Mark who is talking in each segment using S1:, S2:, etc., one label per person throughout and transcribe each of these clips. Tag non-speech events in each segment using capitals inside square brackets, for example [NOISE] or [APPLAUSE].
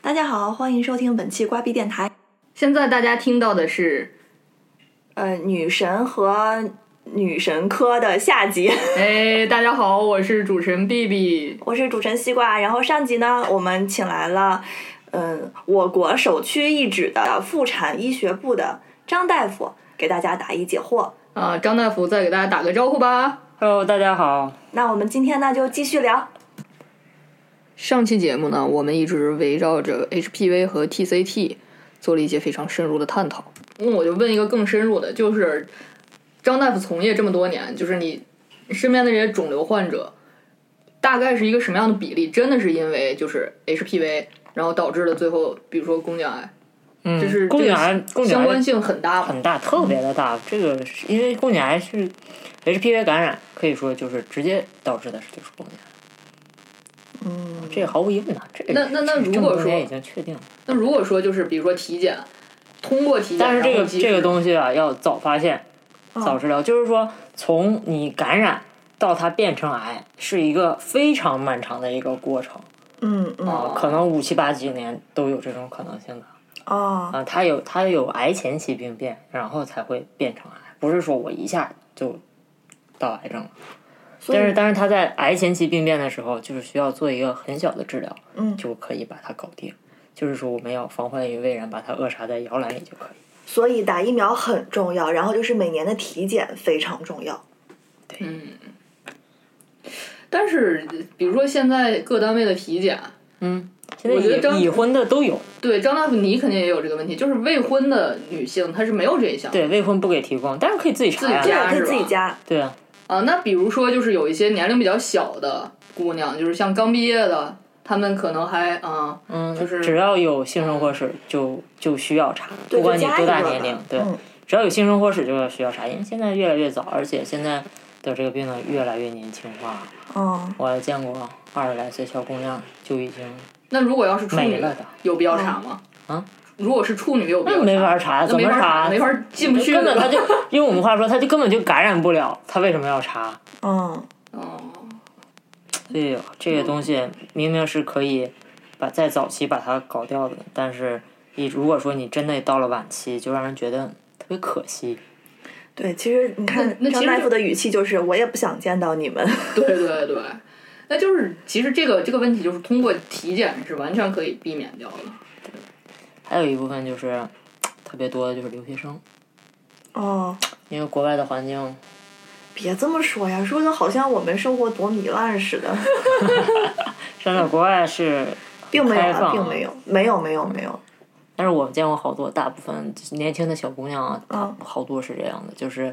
S1: 大家好，欢迎收听本期瓜逼电台。
S2: 现在大家听到的是，
S1: 呃，女神和女神科的下集， [LAUGHS]
S2: 哎，大家好，我是主持人 B B，
S1: 我是主持人西瓜。然后上集呢，我们请来了，嗯，我国首屈一指的妇产医学部的张大夫，给大家答疑解惑。
S2: 啊，张大夫再给大家打个招呼吧。
S3: Hello，大家好。
S1: 那我们今天呢，就继续聊。
S2: 上期节目呢，我们一直围绕着 HPV 和 TCT 做了一些非常深入的探讨。那嗯我就问一个更深入的，就是张大夫从业这么多年，就是你身边的这些肿瘤患者，大概是一个什么样的比例？真的是因为就是 HPV，然后导致了最后，比如说宫颈癌，
S3: 嗯，
S2: 这是
S3: 宫颈癌，宫颈
S2: 相关
S3: 癌
S2: 性很大吗？
S3: 很大，特别的大。这个是因为宫颈癌是 HPV 感染，可以说就是直接导致的是就是宫颈癌。嗯，这个毫无疑问的，这个
S2: 那那那如
S3: 这么
S2: 果
S3: 多
S2: 说
S3: 年已经确定了，
S2: 那如果说就是比如说体检，通过体检，
S3: 但是这
S2: 然
S3: 个
S2: 后嗯及时
S3: 这个东西啊，要早发现，早治疗，就是说从你感染到它变成癌，是一个非常漫长的一个过程
S1: 嗯嗯
S2: 哦
S3: 啊，可能五七八几年都有这种可能性的。
S1: 哦，
S3: 啊，它有它有癌前期病变，然后才会变成癌，不是说我一下就到癌症了。
S1: 所以
S3: 但是但是它在癌前期病变的时候，就是需要做一个很小的治疗，
S1: 嗯
S3: 就可以把它搞定。就是说我们要防患于未然，把它扼杀在摇篮里就可以。
S1: 所以打疫苗很重要，然后就是每年的体检非常重要。
S2: 嗯但是比如说现在各单位的体检，
S3: 嗯，现
S2: 我觉得
S3: 在
S2: 张
S3: 已已婚的都有，
S2: 对张大夫你肯定也有这个问题，就是未婚的女性她是没有这一项。
S3: 对未婚不给提供，但是可以自己查
S2: 自己
S1: 对
S3: 呀、
S2: 家
S1: 可以
S2: 是
S1: 自己
S2: 吧
S1: 加。
S3: 对啊，
S2: 啊，那比如说就是有一些年龄比较小的姑娘，就是像刚毕业的，她们可能还啊，
S3: 嗯，
S2: 就是
S3: 只要有性生活史就就需要查，
S1: 对
S3: 不管你
S1: 就加
S3: 多大
S1: 一个
S3: 年
S1: 吧
S3: 龄，对，
S1: 嗯
S3: 只要有性生活史就要需要查，因为现在越来越早，而且现在的这个病呢越来越年轻化。
S1: 嗯，
S3: 我见过二十来岁小姑娘就已经
S2: 那如果要是处
S3: 没
S2: 女
S3: 了的，
S2: 有必要查吗？
S3: 啊，
S2: 如果是处女有必要
S3: 那
S2: 查？
S3: 没法查，
S2: 那
S3: 怎
S2: 没
S3: 么
S2: 法
S3: 查？
S2: 没法进不去
S3: 根本他
S2: 的。
S3: 就用我们话说，他就根本就感染不了，他为什么要查？
S1: 嗯，
S2: 哦，
S3: 所以这个东西明明是可以把在早期把它搞掉的，但是你如果说你真的到了晚期，就让人觉得特别可惜。
S1: 对，其实你看
S2: 那那其
S1: 张
S2: 实
S1: 大
S2: 就
S1: 夫的语气就是，我也不想见到你们。 [LAUGHS]
S2: [LAUGHS] 对对对，那就是其实这个这个问题就是通过体检是完全可以避免掉的。
S3: 还有一部分就是特别多的就是留学生，
S1: 哦，
S3: 因为国外的环境
S1: 别这么说呀，说的好像我们生活多糜烂似的，
S3: 真的国外是
S1: 并没有
S3: 开
S1: 啊，
S3: 放
S1: 并没有，没有，没有，没有。
S3: 但是我们见过好多，大部分年轻的小姑娘啊，
S1: 嗯
S3: 好多是这样的，就是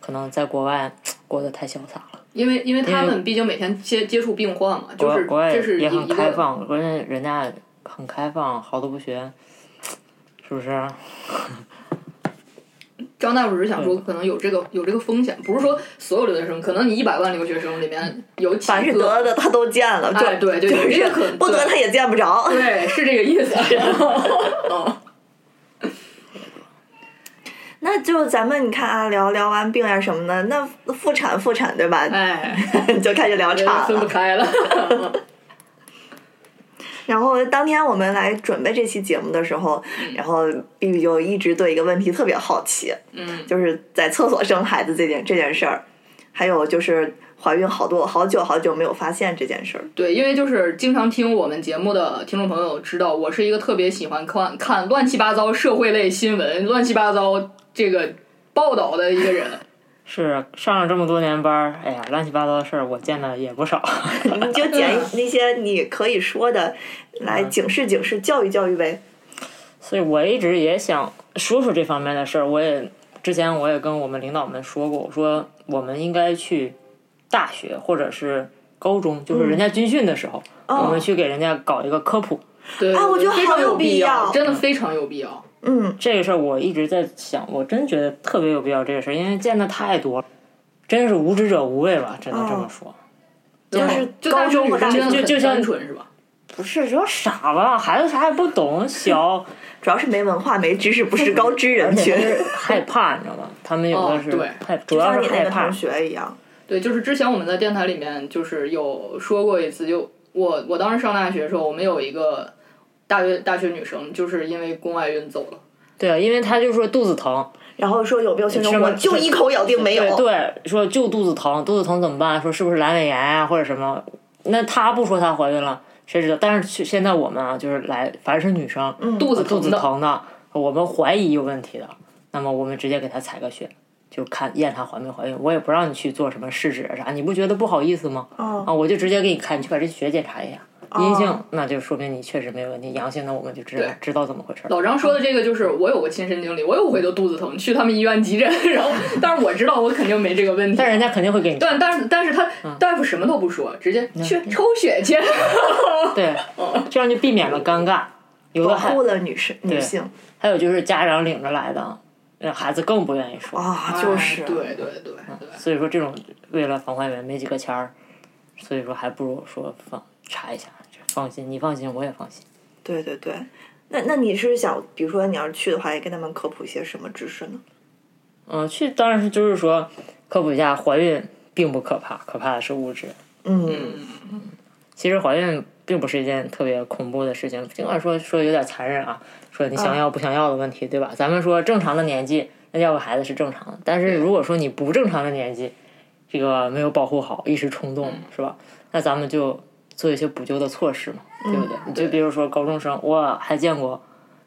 S3: 可能在国外过得太潇洒了，
S2: 因为因为他
S3: 因
S2: 们毕竟每天接接触病患嘛，就
S3: 国
S2: 是
S3: 国外
S2: 这是一
S3: 也
S2: 一
S3: 很
S2: 个
S3: 开放，关键人家很开放，好多不学，是不是？
S2: 张大夫只是想说，
S3: 嗯
S2: 可能有这个有这个风险，不是说所有留学生，可能你一百万留学生里面有几
S1: 凡是得
S2: 个
S1: 了，的他都见了，就、
S2: 哎对对
S1: 就
S2: 对这个
S1: 是
S2: 很
S1: 不得
S2: 对
S1: 他也见不 [LAUGHS] 着。
S2: 对，是这个意
S3: [LAUGHS]
S2: 思。 [LAUGHS] 嗯，
S1: 那就咱们你看啊，聊聊完病呀什么的，那妇产妇产对吧？
S2: 哎，
S1: [LAUGHS] 就开始聊
S2: 这
S1: 产
S2: 分不
S1: 了。
S2: 开了。
S1: 然后当天我们来准备这期节目的时候，然后 B B 就一直对一个问题特别好奇，
S2: 嗯，
S1: 就是在厕所生孩子这件这件事儿，还有就是怀孕好多好久好久没有发现这件事儿。
S2: 对，因为就是经常听我们节目的听众朋友知道，我是一个特别喜欢看看乱七八糟社会类新闻、乱七八糟这个报道的一个人。
S3: 是上了这么多年班儿，哎呀，乱七八糟的事儿我见的也不少。 [LAUGHS]
S1: 你就捡那些你可以说的来警示警示、教育教育呗。
S3: 所以我一直也想说说这方面的事儿。我也之前我也跟我们领导们说过，我说我们应该去大学或者是高中，就是
S2: 嗯
S3: 人家军训的时候，
S1: 哦
S3: 我们去给人家搞一个科普。
S2: 对，
S1: 啊我觉得
S2: 非
S1: 好
S2: 常
S1: 有必
S2: 必
S1: 要
S2: 真的非常有必要。
S1: 嗯，
S3: 这个事儿我一直在想，我真觉得特别有必要这个事儿，因为见的太多了，真是无知者无畏吧，只能这么说。
S1: 就是
S2: 就大
S1: 高中
S2: 学
S1: 和大
S2: 女生
S1: 学
S3: 就就像
S2: 很单纯是吧？
S3: 不是，主要傻吧，孩子啥也不懂，小，
S1: 主要是没文化、没知识，不是高知人群，
S3: 害怕，你知道吧？他们有
S2: 哦
S3: 的是
S2: 对
S3: 害，主
S1: 就
S3: 要
S1: 像你
S3: 是
S1: 那
S3: 害
S1: 个
S3: 怕
S1: 同。学一样。
S2: 对，就是之前我们在电台里面就是有说过一次，就我我当时上大学的时候，我们有一个大学大学女生就是因为宫外孕走了。
S3: 对啊，因为他就说肚子疼，
S1: 然后说有没有形容，
S3: 什么
S1: 我就一口咬定没有。
S3: 对，说就肚子疼，肚子疼怎么办？说是不是阑尾炎啊或者什么？那她不说她怀孕了，谁知道？但是去现在我们啊，就是来凡是女生、
S2: 肚子
S3: 肚
S1: 嗯
S2: 疼
S3: 子
S2: 的，
S3: 疼的，我们怀疑有问题的，那么我们直接给她采个血，就看验她怀没怀孕。我也不让你去做什么试纸啊啥，你不觉得不好意思吗？啊，
S1: 哦
S3: 我就直接给你看，你去把这血检查一下，阴性，那就说明你确实没有问题；阳性，那我们就知道
S2: 对
S3: 知道怎么回事儿。
S2: 老张说的这个就是我有过亲身经历，我有回就肚子疼，去他们医院急诊， [LAUGHS] 然后但是我知道我肯定没这个问题，
S3: 但人家肯定会给你
S2: 但但是但是他
S1: 嗯
S2: 大夫什么都不说，直接去抽血去。
S3: 对，这样就避免了尴尬。有的
S1: 哦保
S3: 还
S1: 护了女士女性
S3: 还有就是家长领着来的，那孩子更不愿意说。
S1: 啊，就是
S2: 哎对对对对，
S3: 所以说这种为了防怀孕没几个钱儿，所以说还不如说放查一下，就放心，你放心，我也放心。
S1: 对对对。那那你是想，比如说你要是去的话，也跟他们科普一些什么知识呢？
S3: 嗯，去当然是就是说科普一下，怀孕并不可怕，可怕的是物质。
S1: 嗯，
S3: 其实怀孕并不是一件特别恐怖的事情，尽管说说有点残忍啊，说你想要不想要的问题，对吧？咱们说正常的年纪，那要个孩子是正常的，但是如果说你不正常的年纪，这个没有保护好，一时冲动，是吧？那咱们就做一些补救的措施嘛，对不对？你就比如说高中生，我还见过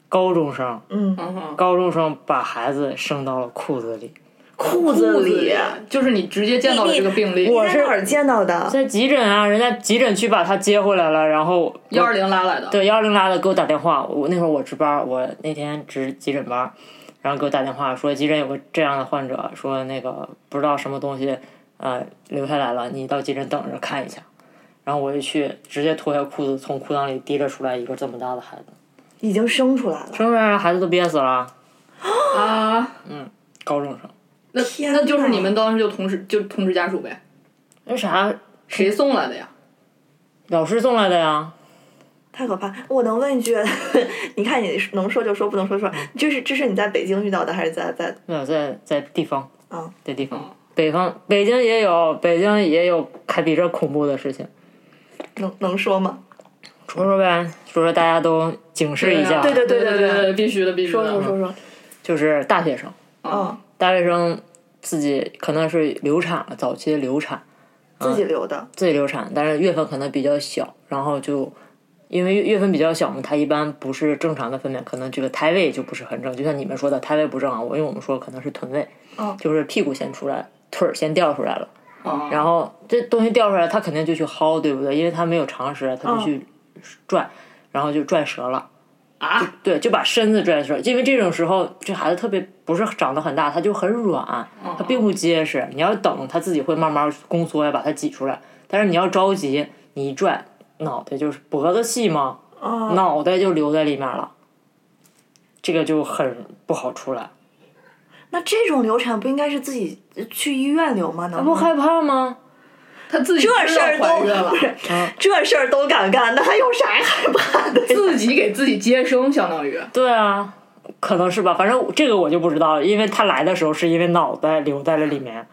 S3: 高中生，
S2: 嗯
S3: 高中生把孩子生到了裤子里，
S1: 裤子里，啊
S2: 就是你直接见到了这个病例，
S1: 你在哪儿见到的？
S3: 在急诊啊，人家急诊去把他接回来了，然后
S2: 幺二零拉来的。
S3: 对幺二零拉的给我打电话，我那会儿我值班儿，我那天值急诊班儿，然后给我打电话说急诊有个这样的患者，说那个不知道什么东西呃留下来了，你到急诊等着看一下。然后我就去，直接脱下裤子，从裤裆里提着出来一个这么大的 [LAUGHS] 孩子，
S1: 已经生出来了。
S3: 生出来孩子都憋死了，
S2: 啊，
S3: 高中生。
S2: 那
S1: 天
S2: 那就是
S1: 哪
S2: 你们当时就同时就通知家属呗，
S3: 那啥，
S2: 谁送来的呀？
S3: 老师送来的呀？
S1: 太可怕！我能问一句， [LAUGHS] 你看你能说就说，不能说就
S2: 嗯
S1: 说。这是这是你在北京遇到的，还是在在
S3: 没有，在在地方，
S1: 啊？
S3: 在地方
S2: 嗯，
S3: 北方，北京也有，北京也有还比这恐怖的事情。
S1: 能能说吗？
S3: 说说呗，说说大家都警示一下。
S2: 啊
S1: 对对
S2: 对
S1: 对对
S2: 对
S1: 对，
S2: 必须的嗯必须
S1: 说
S2: 的。
S1: 说说说。
S3: 就是大学生，
S1: 嗯，
S3: 大学生自己可能是流产了，早期流产，
S2: 嗯
S1: 自己留的。
S3: 自己流产，但是月份可能比较小，然后就因为月月份比较小嘛，它一般不是正常的分娩，可能这个胎位就不是很正，就像你们说的胎位不正啊，我因为我们说可能是臀位，
S1: 嗯
S3: 就是屁股先出来，腿儿先掉出来了，
S2: 啊，
S3: 然后这东西掉出来，他肯定就去薅，对不对？因为他没有常识，他就去拽，然后就拽折了。
S2: 啊，
S3: 对，就把身子拽出来，因为这种时候这孩子特别不是长得很大，他就很软，他并不结实。你要等他自己会慢慢宫缩呀，把它挤出来。但是你要着急，你一拽，脑袋就是脖子细嘛，
S1: 哦
S3: 脑袋就留在里面了，这个就很不好出来。
S1: 那这种流产不应该是自己去医院流吗？能
S3: 不害怕吗？
S2: 他自己
S1: 这
S2: 知
S1: 事
S2: 道
S1: 儿
S2: 怀孕
S1: 都 [LAUGHS]
S2: 了
S1: 不，是，这事儿都敢干，那还有啥害怕的？
S2: 自己给自己接生，相当于
S3: 对啊，可能是吧，反正这个我就不知道了，因为他来的时候是因为脑袋留在了里面，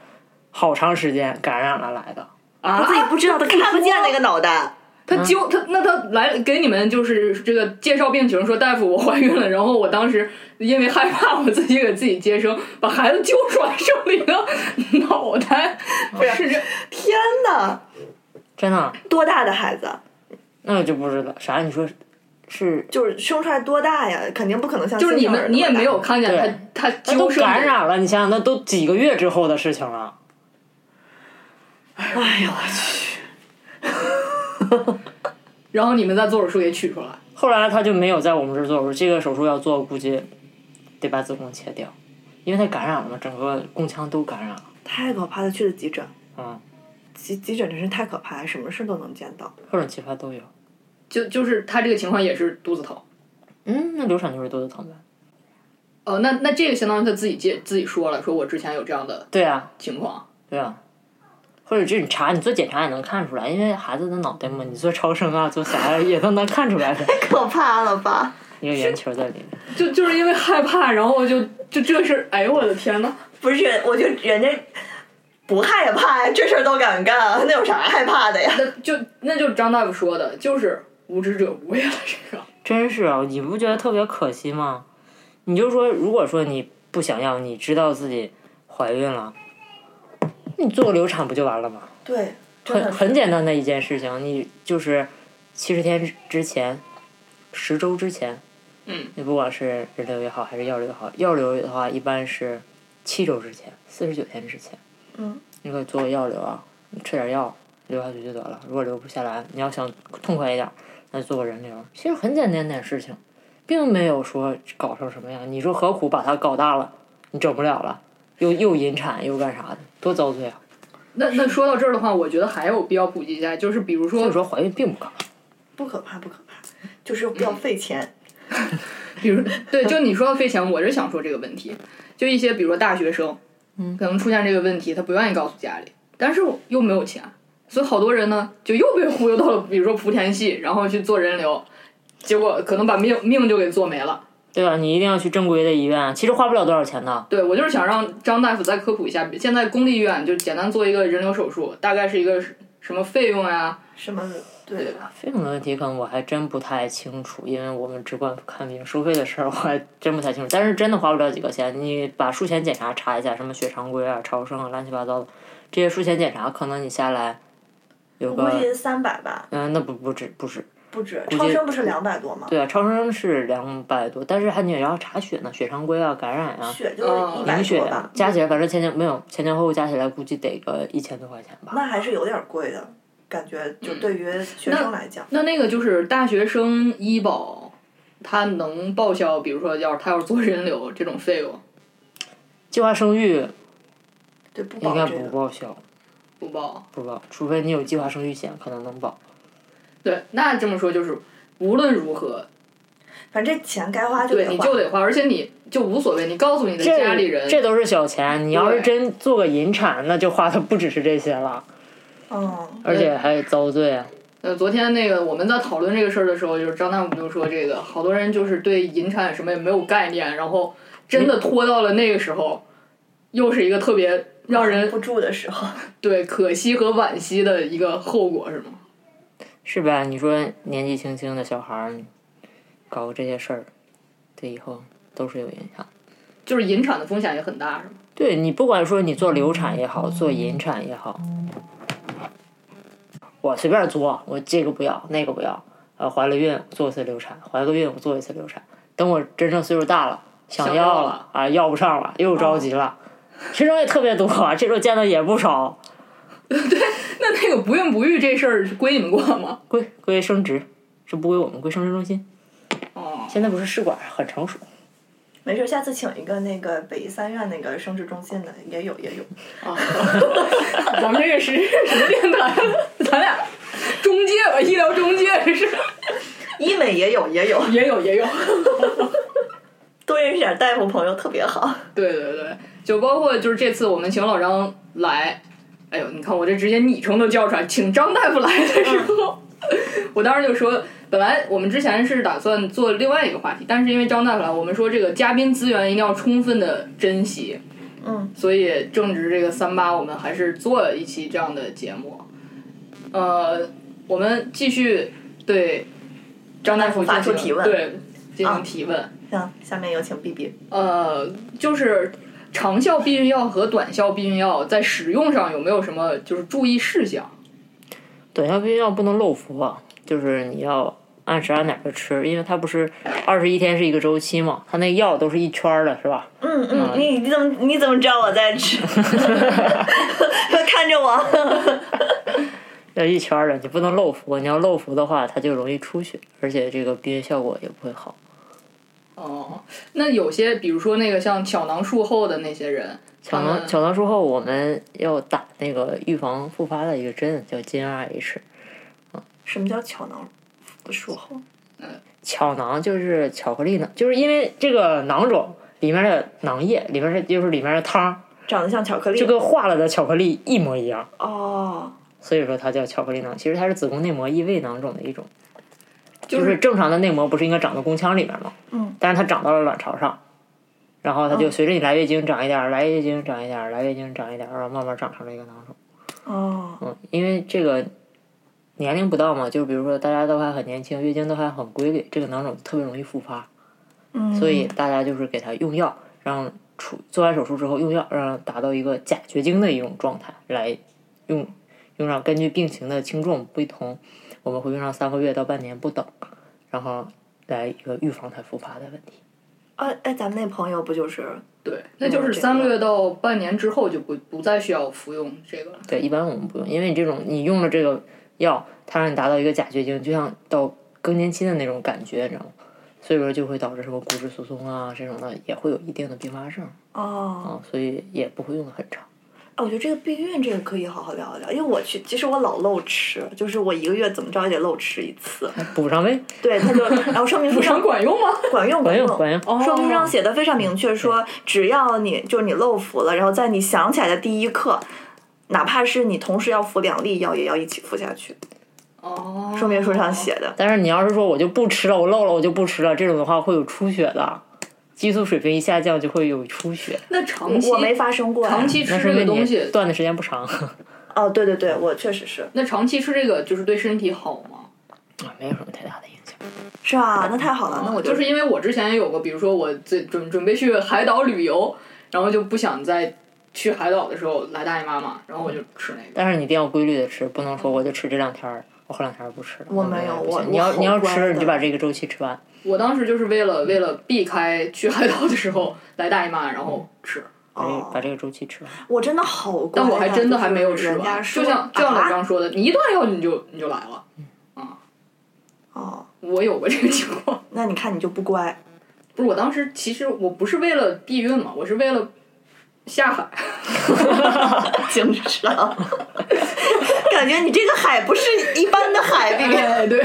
S3: 好长时间感染了来的。
S2: 啊，
S1: 自己不知道，他看不见那个脑袋。
S2: 他揪他那他来给你们就是这个介绍病情，说大夫我怀孕了，然后我当时因为害怕 [LAUGHS] 我自己给自己接生，把孩子揪出来生了一个脑袋，不是这
S1: 天哪，
S3: 真的，
S1: 多大的孩子？
S3: 那我就不知道啥。你说是
S1: 就是生出来多大呀？肯定不可能像
S2: 就是你
S1: 新生儿
S2: 们你也
S1: 那么大
S2: 没有看见他他
S3: 那都
S2: 揪生
S3: 感染了，你想想，那都几个月之后的事情了。
S1: 哎呦我去！
S2: 然后你们再做手术给取出来，
S3: 后来他就没有在我们这儿做手术，这个手术要做，估计得把子宫切掉，因为他感染了嘛，整个宫腔都感染了。
S1: 太可怕了，去了急诊，
S3: 嗯，
S1: 急急诊真是太可怕了，什么事都能见到。
S3: 各种奇葩都有。
S2: 就就是他这个情况也是肚子疼。
S3: 嗯，那流产就是肚子疼呗。
S2: 哦，那那这个相当于他自己接自己说了，说我之前有这样的
S3: 对啊，
S2: 情况，
S3: 对啊。或者这你查，你做检查也能看出来，因为孩子的脑袋嘛，你做超声啊，做啥呀也都能看出来的， [LAUGHS]
S1: 可怕了吧？
S3: 一个圆球在里面。
S2: 就就是因为害怕，然后就就这事儿，哎呦我的天呐！
S1: 不是，我觉得人家不害怕呀，这事儿都敢干，那有啥害怕的呀？
S2: 那就那就是张大夫说的，就是无知者无畏了，这个
S3: 真是啊，你不觉得特别可惜吗？你就说，如果说你不想要，你知道自己怀孕了，你做个流产不就完了吗？
S1: 对，真
S3: 很
S1: [LAUGHS] 的是
S3: 很简单的一件事情，你就是七十天之前，十周之前，
S2: 嗯，
S3: 你不管是人流也好，还是药流也好，药流的话一般是七周之前，四十九天之前，
S1: 嗯，
S3: 你可以做个药流啊，你吃点药流下去就得了。如果流不下来，你要想痛快一点，那就做个人流，其实很简单点事情，并没有说搞成什么样。你说何苦把它搞大了？你整不了了，又又引产又干啥的，多遭罪啊！
S2: [LAUGHS] 那那说到这儿的话，我觉得还有必要普及一下，就是比如
S3: 所以
S2: 说，
S3: 说怀孕并不可怕。
S1: 不可怕，不可怕，就是比较费钱。
S2: 比如对，就你说到费钱，我是想说这个问题，就一些比如说大学生，嗯，可能出现这个问题，他不愿意告诉家里，但是又没有钱，所以好多人呢就又被忽悠到了，比如说莆田系，然后去做人流，结果可能把命命就给做没了。
S3: 对吧？你一定要去正规的医院，其实花不了多少钱
S1: 嗯
S3: 的。
S2: 对我就是想让张大夫再科普一下，现在公立医院就简单做一个人流手术，大概是一个什么费用啊呀？
S1: 什么？对，
S3: 费用的问题可能我还真不太清楚，因为我们只管看病，收费的事儿我还真不太清楚。但是真的花不了几个钱，你把术前检查查一下，什么血常规啊、超声啊、乱七八糟的这些术前检查，可能你下来有
S1: 我
S3: 个
S1: 估计三百吧，
S3: 嗯、那不不止不止，
S1: 不止。超声不是两百多吗？
S3: 对啊，超声是两百多，但是还你也要查血呢，血常规啊、感染啊、
S1: 血就
S2: 嗯
S1: 是一百
S3: 凝血
S1: 多
S3: 啊
S1: 吧，，
S3: 加起来反正前前没有前前后后加起来估计得个一千多块钱吧。
S1: 那还是有点贵的，感觉就对于学生来讲，
S2: 那那个就是大学生医保，它能报销，比如说要是他要是做人流这种费用
S3: 计划生育
S1: 对不
S3: 应
S1: 保
S3: 该
S1: 这
S3: 不
S1: 个。
S3: 报销。
S2: 不报？
S3: 不报，除非你有计划生育险，可能能报。
S2: 对，那这么说就是无论如何，
S1: 反正这钱该花就
S2: 对
S1: 得
S2: 你
S1: 花
S2: 就。得花，而且你就无所谓，你告诉你的家里人，
S3: 这都是小钱，你要是
S2: 对
S3: 真做个引产，那就花的不只是这些了，
S1: 嗯，
S3: 而且还遭罪啊。
S2: 呃，昨天那个我们在讨论这个事儿的时候，就是张大夫就说这个，好多人就是对引产什么也没有概念，然后真的拖到了那个时候，又是一个特别让人
S1: 不住的时候，
S2: 对可惜和惋惜的一个后果，是吗？
S3: 是吧？你说年纪轻轻的小孩儿搞这些事儿，对以后都是有影响。
S2: 就是引产的风险也很大，是吗？
S3: 对你不管说你做流产也好，做引产也好，我随便做，我这个不要，那个不要，呃，怀了孕我做一次流产，怀个孕我做一次流产，等我真正岁数大了，想
S2: 想要
S3: 要
S2: 了
S3: 了啊，要不上了，又着急了，这种也特别多，啊这种见的也不少，
S2: 那那个不孕不育这事儿归你们管吗？
S3: 归归生殖，这不归我们，归生殖中心。
S2: 哦，
S3: 现在不是试管很成熟，
S1: 没事，下次请一个那个北医三院那个生殖中心的，也有也有。
S2: 啊， [LAUGHS] 我们这个是什么电台？咱俩中介吧，医疗中介是
S1: 医美也有也有，
S2: 也有也有。
S1: 多认识点大夫朋友特别好。
S2: [LAUGHS] 对对对，就包括就是这次我们请老张来，哎呦，你看我这直接昵称都叫出来，请张大夫来的时候，
S1: 嗯
S2: [LAUGHS] 我当时就说，本来我们之前是打算做另外一个话题，但是因为张大夫来，我们说这个嘉宾资源一定要充分的珍惜，
S1: 嗯，
S2: 所以正值这个三八，我们还是做了一期这样的节目，呃，我们继续对张大夫进
S1: 发出
S2: 行
S1: 提问
S2: 对进
S1: 啊
S2: 行提问。
S1: 行，下面有请 B B。
S2: 呃，就是长效避孕药和短效避孕药在使用上有没有什么就是注意事项？
S3: 短效避孕药不能漏服啊，就是你要按时按点的吃，因为它不是二十一天是一个周期嘛，它那药都是一圈儿的，是吧？
S1: 嗯嗯，你你怎么你怎么知道我在吃？ [LAUGHS] 看着我。
S3: 要一圈儿的，你不能漏服，你要漏服的话，它就容易出血，而且这个避孕效果也不会好。
S2: 哦，那有些比如说那个像巧囊术后的那些人，
S3: 巧
S2: 巧
S3: 囊巧囊术后，我们要打那个预防复发的一个针，叫金 RH。
S1: 什么叫巧囊术后？
S3: 巧囊就是巧克力囊，就是因为这个囊肿里面的囊液，里面是就是里面的汤儿，
S1: 长得像巧克力。
S3: 就跟化了的巧克力一模一样。
S1: 哦，
S3: 所以说它叫巧克力囊。其实它是子宫内膜异位囊肿的一种，
S2: 就
S3: 就是是正常的内膜不是应该长到宫腔里面吗？
S1: 嗯，
S3: 但是它长到了卵巢上，然后它就随着你来月经长一点儿，来月经长一点儿，来月经长一点儿，然后慢慢长成了一个囊肿。
S1: 哦，
S3: 嗯，因为这个年龄不到嘛，就比如说大家都还很年轻，月经都还很规律，这个囊肿特别容易复发，
S1: 嗯，
S3: 所以大家就是给他用药，让出做完手术之后用药，让达到一个假绝经的一种状态来用，用上根据病情的轻重不同，我们会用上三个月到半年不等，然后来一个预防它复发的问题。
S1: 呃，哎，咱们那朋友不就是
S2: 对，那就是
S1: 这
S2: 三个
S1: 个
S2: 月到半年之后就不不再需要服用这个了。
S3: 对，一般我们不用，因为你这种你用了这个药，它让你达到一个假绝经，就像到更年期的那种感觉，你知道吗？所以说就会导致什么骨质疏松啊这种的，也会有一定的并发症
S1: 哦？
S3: 啊，所以也不会用的很长。
S1: 哎，我觉得这个避孕这个可以好好聊一聊，因为我去，其实我老漏吃，就是我一个月怎么着也得漏吃一次。
S3: 哎补上呗，
S1: 对，他就，然后说明书上
S2: 管用吗？
S1: 管用
S3: 管用
S1: 管
S3: 管用。
S2: 哦
S1: 说明书上写的非常明确，说只要你就是你漏服了，然后在你想起来的第一刻，哪怕是你同时要服两粒药，也要一起服下去。
S2: 哦，
S1: 说明书上写的，
S3: 但是你要是说我就不吃了，我漏了我就不吃了，这种的话会有出血的，激素水平一下降就会有出血，
S2: 那长期
S1: 我没发生过呀。
S2: 长期吃
S3: 那是
S2: 这
S3: 因
S2: 个
S3: 为
S2: 东
S3: 你
S2: 西，
S3: 断的时间不长。 [LAUGHS]
S1: 哦，对对对，我确实是，
S2: 那长期吃这个就是对身体好吗？
S3: 啊没有什么太大的影响。
S1: 是啊吧？那太好了，那我
S2: 哦就是因为啊我之前也有过，比如说我最准准备去海岛旅游，然后就不想再去海岛的时候来大姨妈嘛，然后我就吃那个。
S3: 但是你一定要规律的吃，不能说我就吃这两天儿，我后两天儿不吃了。
S1: 嗯我
S3: 那
S1: 没有
S3: 不行
S1: 我
S3: 你要
S1: 我
S3: 你要
S1: 好乖
S3: 吃，你
S1: 的
S3: 就把这个周期吃完。
S2: 我当时就是为了为了避开去海岛的时候来大姨妈，然后吃。
S3: 把这
S1: 哦
S3: 把这个周期吃完。
S1: 我真的好乖呀，
S2: 但我还真的还没有
S1: 就
S2: 吃
S1: 哎是人家
S2: 完，
S1: 说
S2: 就像就像老
S1: 啊
S2: 张说的，你一断药你就你就来了。
S1: 哦，
S2: 我有过这个情况， [LAUGHS]
S1: 那你看你就不乖。
S2: 不是我当时其实我不是为了避孕嘛，我是为了下海。 [LAUGHS]
S1: 经常， [LAUGHS] 感觉你这个海不是一般的海，
S2: [LAUGHS]
S1: 比比 [LAUGHS]
S2: 哎，对，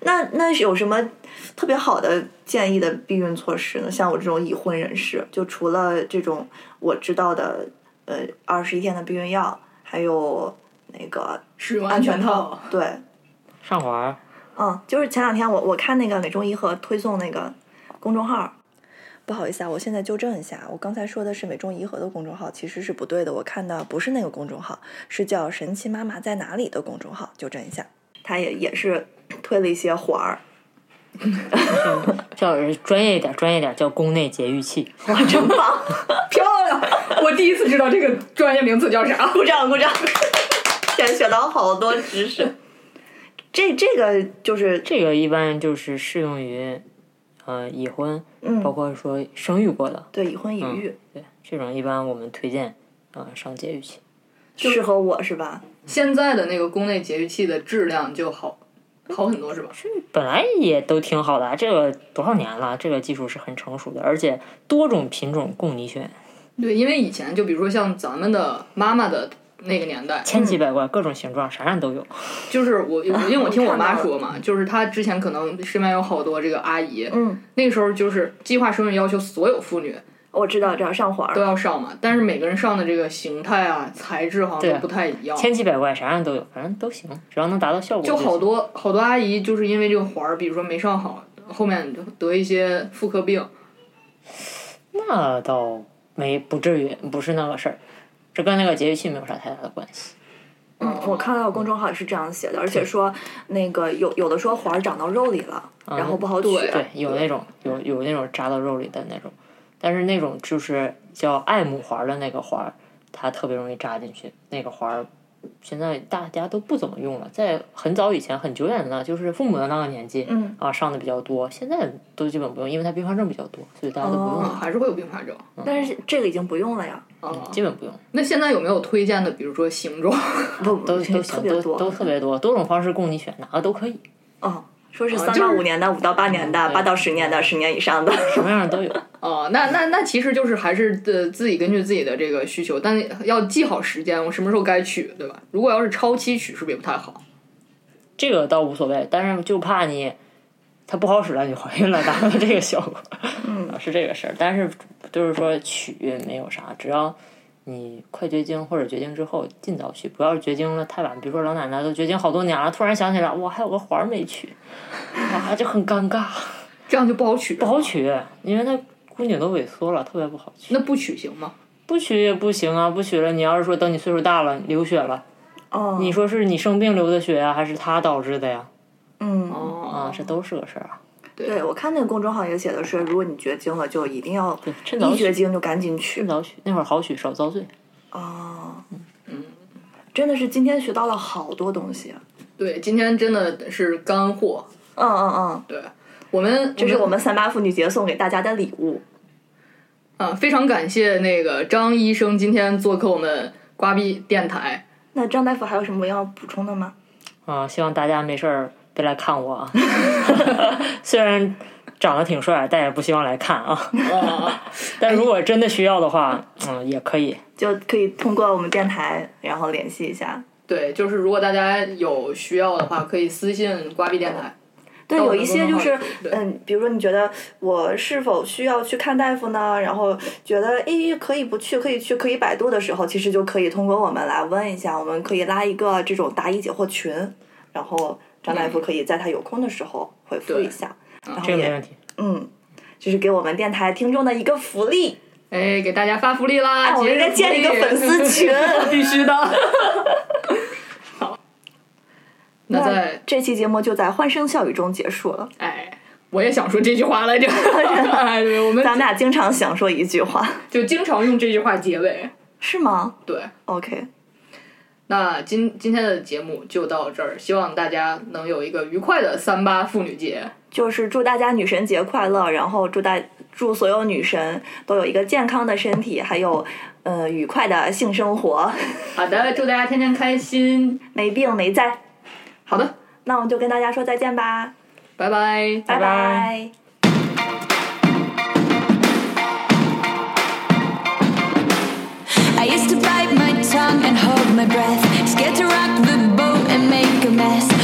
S1: 那那有什么特别好的建议的避孕措施呢？像我这种已婚人士，就除了这种我知道的，呃，二十一天的避孕药，还有那个
S2: 使用
S1: 安
S2: 全
S1: 全套，对，
S3: 上环儿，
S1: 嗯，就是前两天我我看那个美中一和推送那个公众号儿，不好意思啊，我现在纠正一下，我刚才说的是美中一和的公众号，其实是不对的。我看的不是那个公众号，是叫“神奇妈妈在哪里”的公众号，纠正一下。他也也是推了一些环儿，
S3: 叫专业一点，专业一点叫宫内节育器。
S1: 哇，真棒！
S2: 漂亮！我第一次知道这个专业名词叫啥。
S1: 鼓掌鼓掌， [LAUGHS] 现在学到好多知识。这这个就是
S3: 这个一般就是适用于，呃，已婚，
S1: 嗯
S3: 包括说生育过的，
S1: 对已婚已
S3: 嗯
S1: 育，
S3: 对这种一般我们推荐啊、呃上节育器。
S1: 适合我是吧？
S2: 现在的那个宫内节育器的质量就好好很多，是吧？
S3: 本来也都挺好的啊，这个多少年了，这个技术是很成熟的，而且多种品种供你选，
S2: 对，因为以前就比如说像咱们的妈妈的那个年代，
S1: 嗯
S3: 千奇百怪，各种形状，啥样都有。
S2: 就是我，因为我听我妈
S1: 啊我看到了
S2: 说嘛，就是她之前可能身边有好多这个阿姨，
S1: 嗯，
S2: 那个时候就是计划生育要求所有妇女
S1: 我知道，这要上环儿
S2: 都。要上嘛，但是每个人上的这个形态啊、材质好像都不太一样。
S3: 千奇百怪，啥样都有，反正都行，只要能达到效果
S2: 就
S3: 行
S2: 好多好多阿姨就是因为这个环儿，比如说没上好，后面就得一些妇科病。
S3: 那倒没不至于，不是那个事儿，这跟那个节育器没有啥太大的关系。
S1: 嗯，我看到公众号也是这样写的，而且说那个有有的说环儿长到肉里了，然后不好取。
S2: 对
S3: 嗯对，有那种有有那种扎到肉里的那种，但是那种就是叫爱母环儿的那个环儿，它特别容易扎进去。那个环儿现在大家都不怎么用了，在很早以前很久远了，就是父母的那个年纪，
S1: 嗯
S3: 啊上的比较多，现在都基本不用，因为它并发症比较多，所以大家都不用
S2: 啊，
S3: 了，
S2: 还是会有并发症。
S1: 但是这个已经不用了呀，
S2: 啊，
S3: 基本不用。
S2: 那现在有没有推荐的？比如说形状，
S1: 不
S3: 嗯都
S1: 不
S3: 都
S1: 特
S3: 行，
S1: 别
S3: 都
S1: 多，
S3: 都特别多，多种方式供你选，哪个都可以，
S1: 嗯，说是
S2: 啊
S1: 三
S2: 就
S1: 到
S2: 是
S1: 五年的、五到八年的、
S3: 嗯对
S1: 八到十年的、十年以上的。
S3: 什么样的都有。
S2: 哦，那那那其实就是还是呃自己根据自己的这个需求，但要记好时间，我什么时候该取，对吧？如果要是超期取，是不是也不太好？
S3: 这个倒无所谓，但是就怕你它不好使了，你怀孕了达不到这个效果，嗯，是这个事儿。但是就是说取没有啥，只要你快绝经或者绝经之后尽早取，不要绝经了太晚。比如说老奶奶都绝经好多年了，突然想起来我还有个环儿没取，啊，就很尴尬，
S2: 这样就不好取，不
S3: 不好。取，因为它宫颈都萎缩了，特别不好取。
S2: 那不取行吗？
S3: 不取也不行啊，不取了，你要是说等你岁数大了流血了，
S1: 哦，
S3: 你说是你生病流的血呀、还是他导致的呀？
S1: 嗯，
S3: 啊，
S2: 哦
S3: 这都是个事儿啊。
S1: 对我看那个公众号也写的是，如果你绝经了，就一定要
S3: 趁早
S1: 一绝
S3: 许，
S1: 经就赶紧
S3: 趁
S1: 去
S3: 早许，那会儿好许，少遭罪。
S1: 哦。嗯，真的是今天学到了好多东西。啊
S2: 对，今天真的是干货。
S1: 嗯嗯嗯，
S2: 对我们，
S1: 这是我们三八妇女节送给大家的礼物。
S2: 啊，非常感谢那个张医生今天做客我们瓜逼电台。
S1: 那张大夫还有什么要补充的吗？
S3: 啊，希望大家没事儿别来看我
S2: [LAUGHS]
S3: 啊。虽然长得挺帅，但也不希望来看啊。
S2: 啊，
S3: 但如果真的需要的话，嗯，也可以。
S1: 就可以通过我们电台，然后联系一下。
S2: [LAUGHS] 对，就是如果大家有需要的话，可以私信瓜逼电台。
S1: 对，
S2: 到
S1: 有
S2: 我们
S1: 一些
S2: 公
S1: 就
S2: 众号
S1: 是
S2: 里对，
S1: 嗯，比如说你觉得我是否需要去看大夫呢？然后觉得诶可以不去，可以去，可以百度的时候，其实就可以通过我们来问一下，我们可以拉一个这种答疑解惑群，然后张大夫可以在他有空的时候回复
S2: 对
S1: 一下，然后
S3: 这个没
S1: 也
S3: 问题。
S1: 嗯，这是给我们电台听众的一个福利，
S2: 哎，给大家发福利啦！
S1: 啊我们应
S2: 节日
S1: 该建立一个
S2: 福利
S1: 粉丝群。 [LAUGHS]
S2: 必须的。好，那在
S1: 这期节目就在欢声笑语中结束了，
S2: 哎，我也想说这句
S1: [LAUGHS]
S2: 话来着。哎，对，我们
S1: 咱们俩经常想说一句话，
S2: 就经常用这句话结尾。
S1: [LAUGHS] 是吗
S2: 对，
S1: ？OK，
S2: 那今今天的节目就到这儿，希望大家能有一个愉快的三八妇女节。
S1: 就是祝大家女神节快乐，然后祝大祝所有女神都有一个健康的身体，还有呃愉快的性生活，
S2: 好的，祝大家天天开心。
S1: 没病没灾。
S2: 好的，
S1: 那我们就跟大家说再见吧，
S2: 拜拜。
S1: 拜
S3: 拜
S1: 拜
S4: I used to bite my tongue and hold my breath. Scared to rock the boat and make a mess.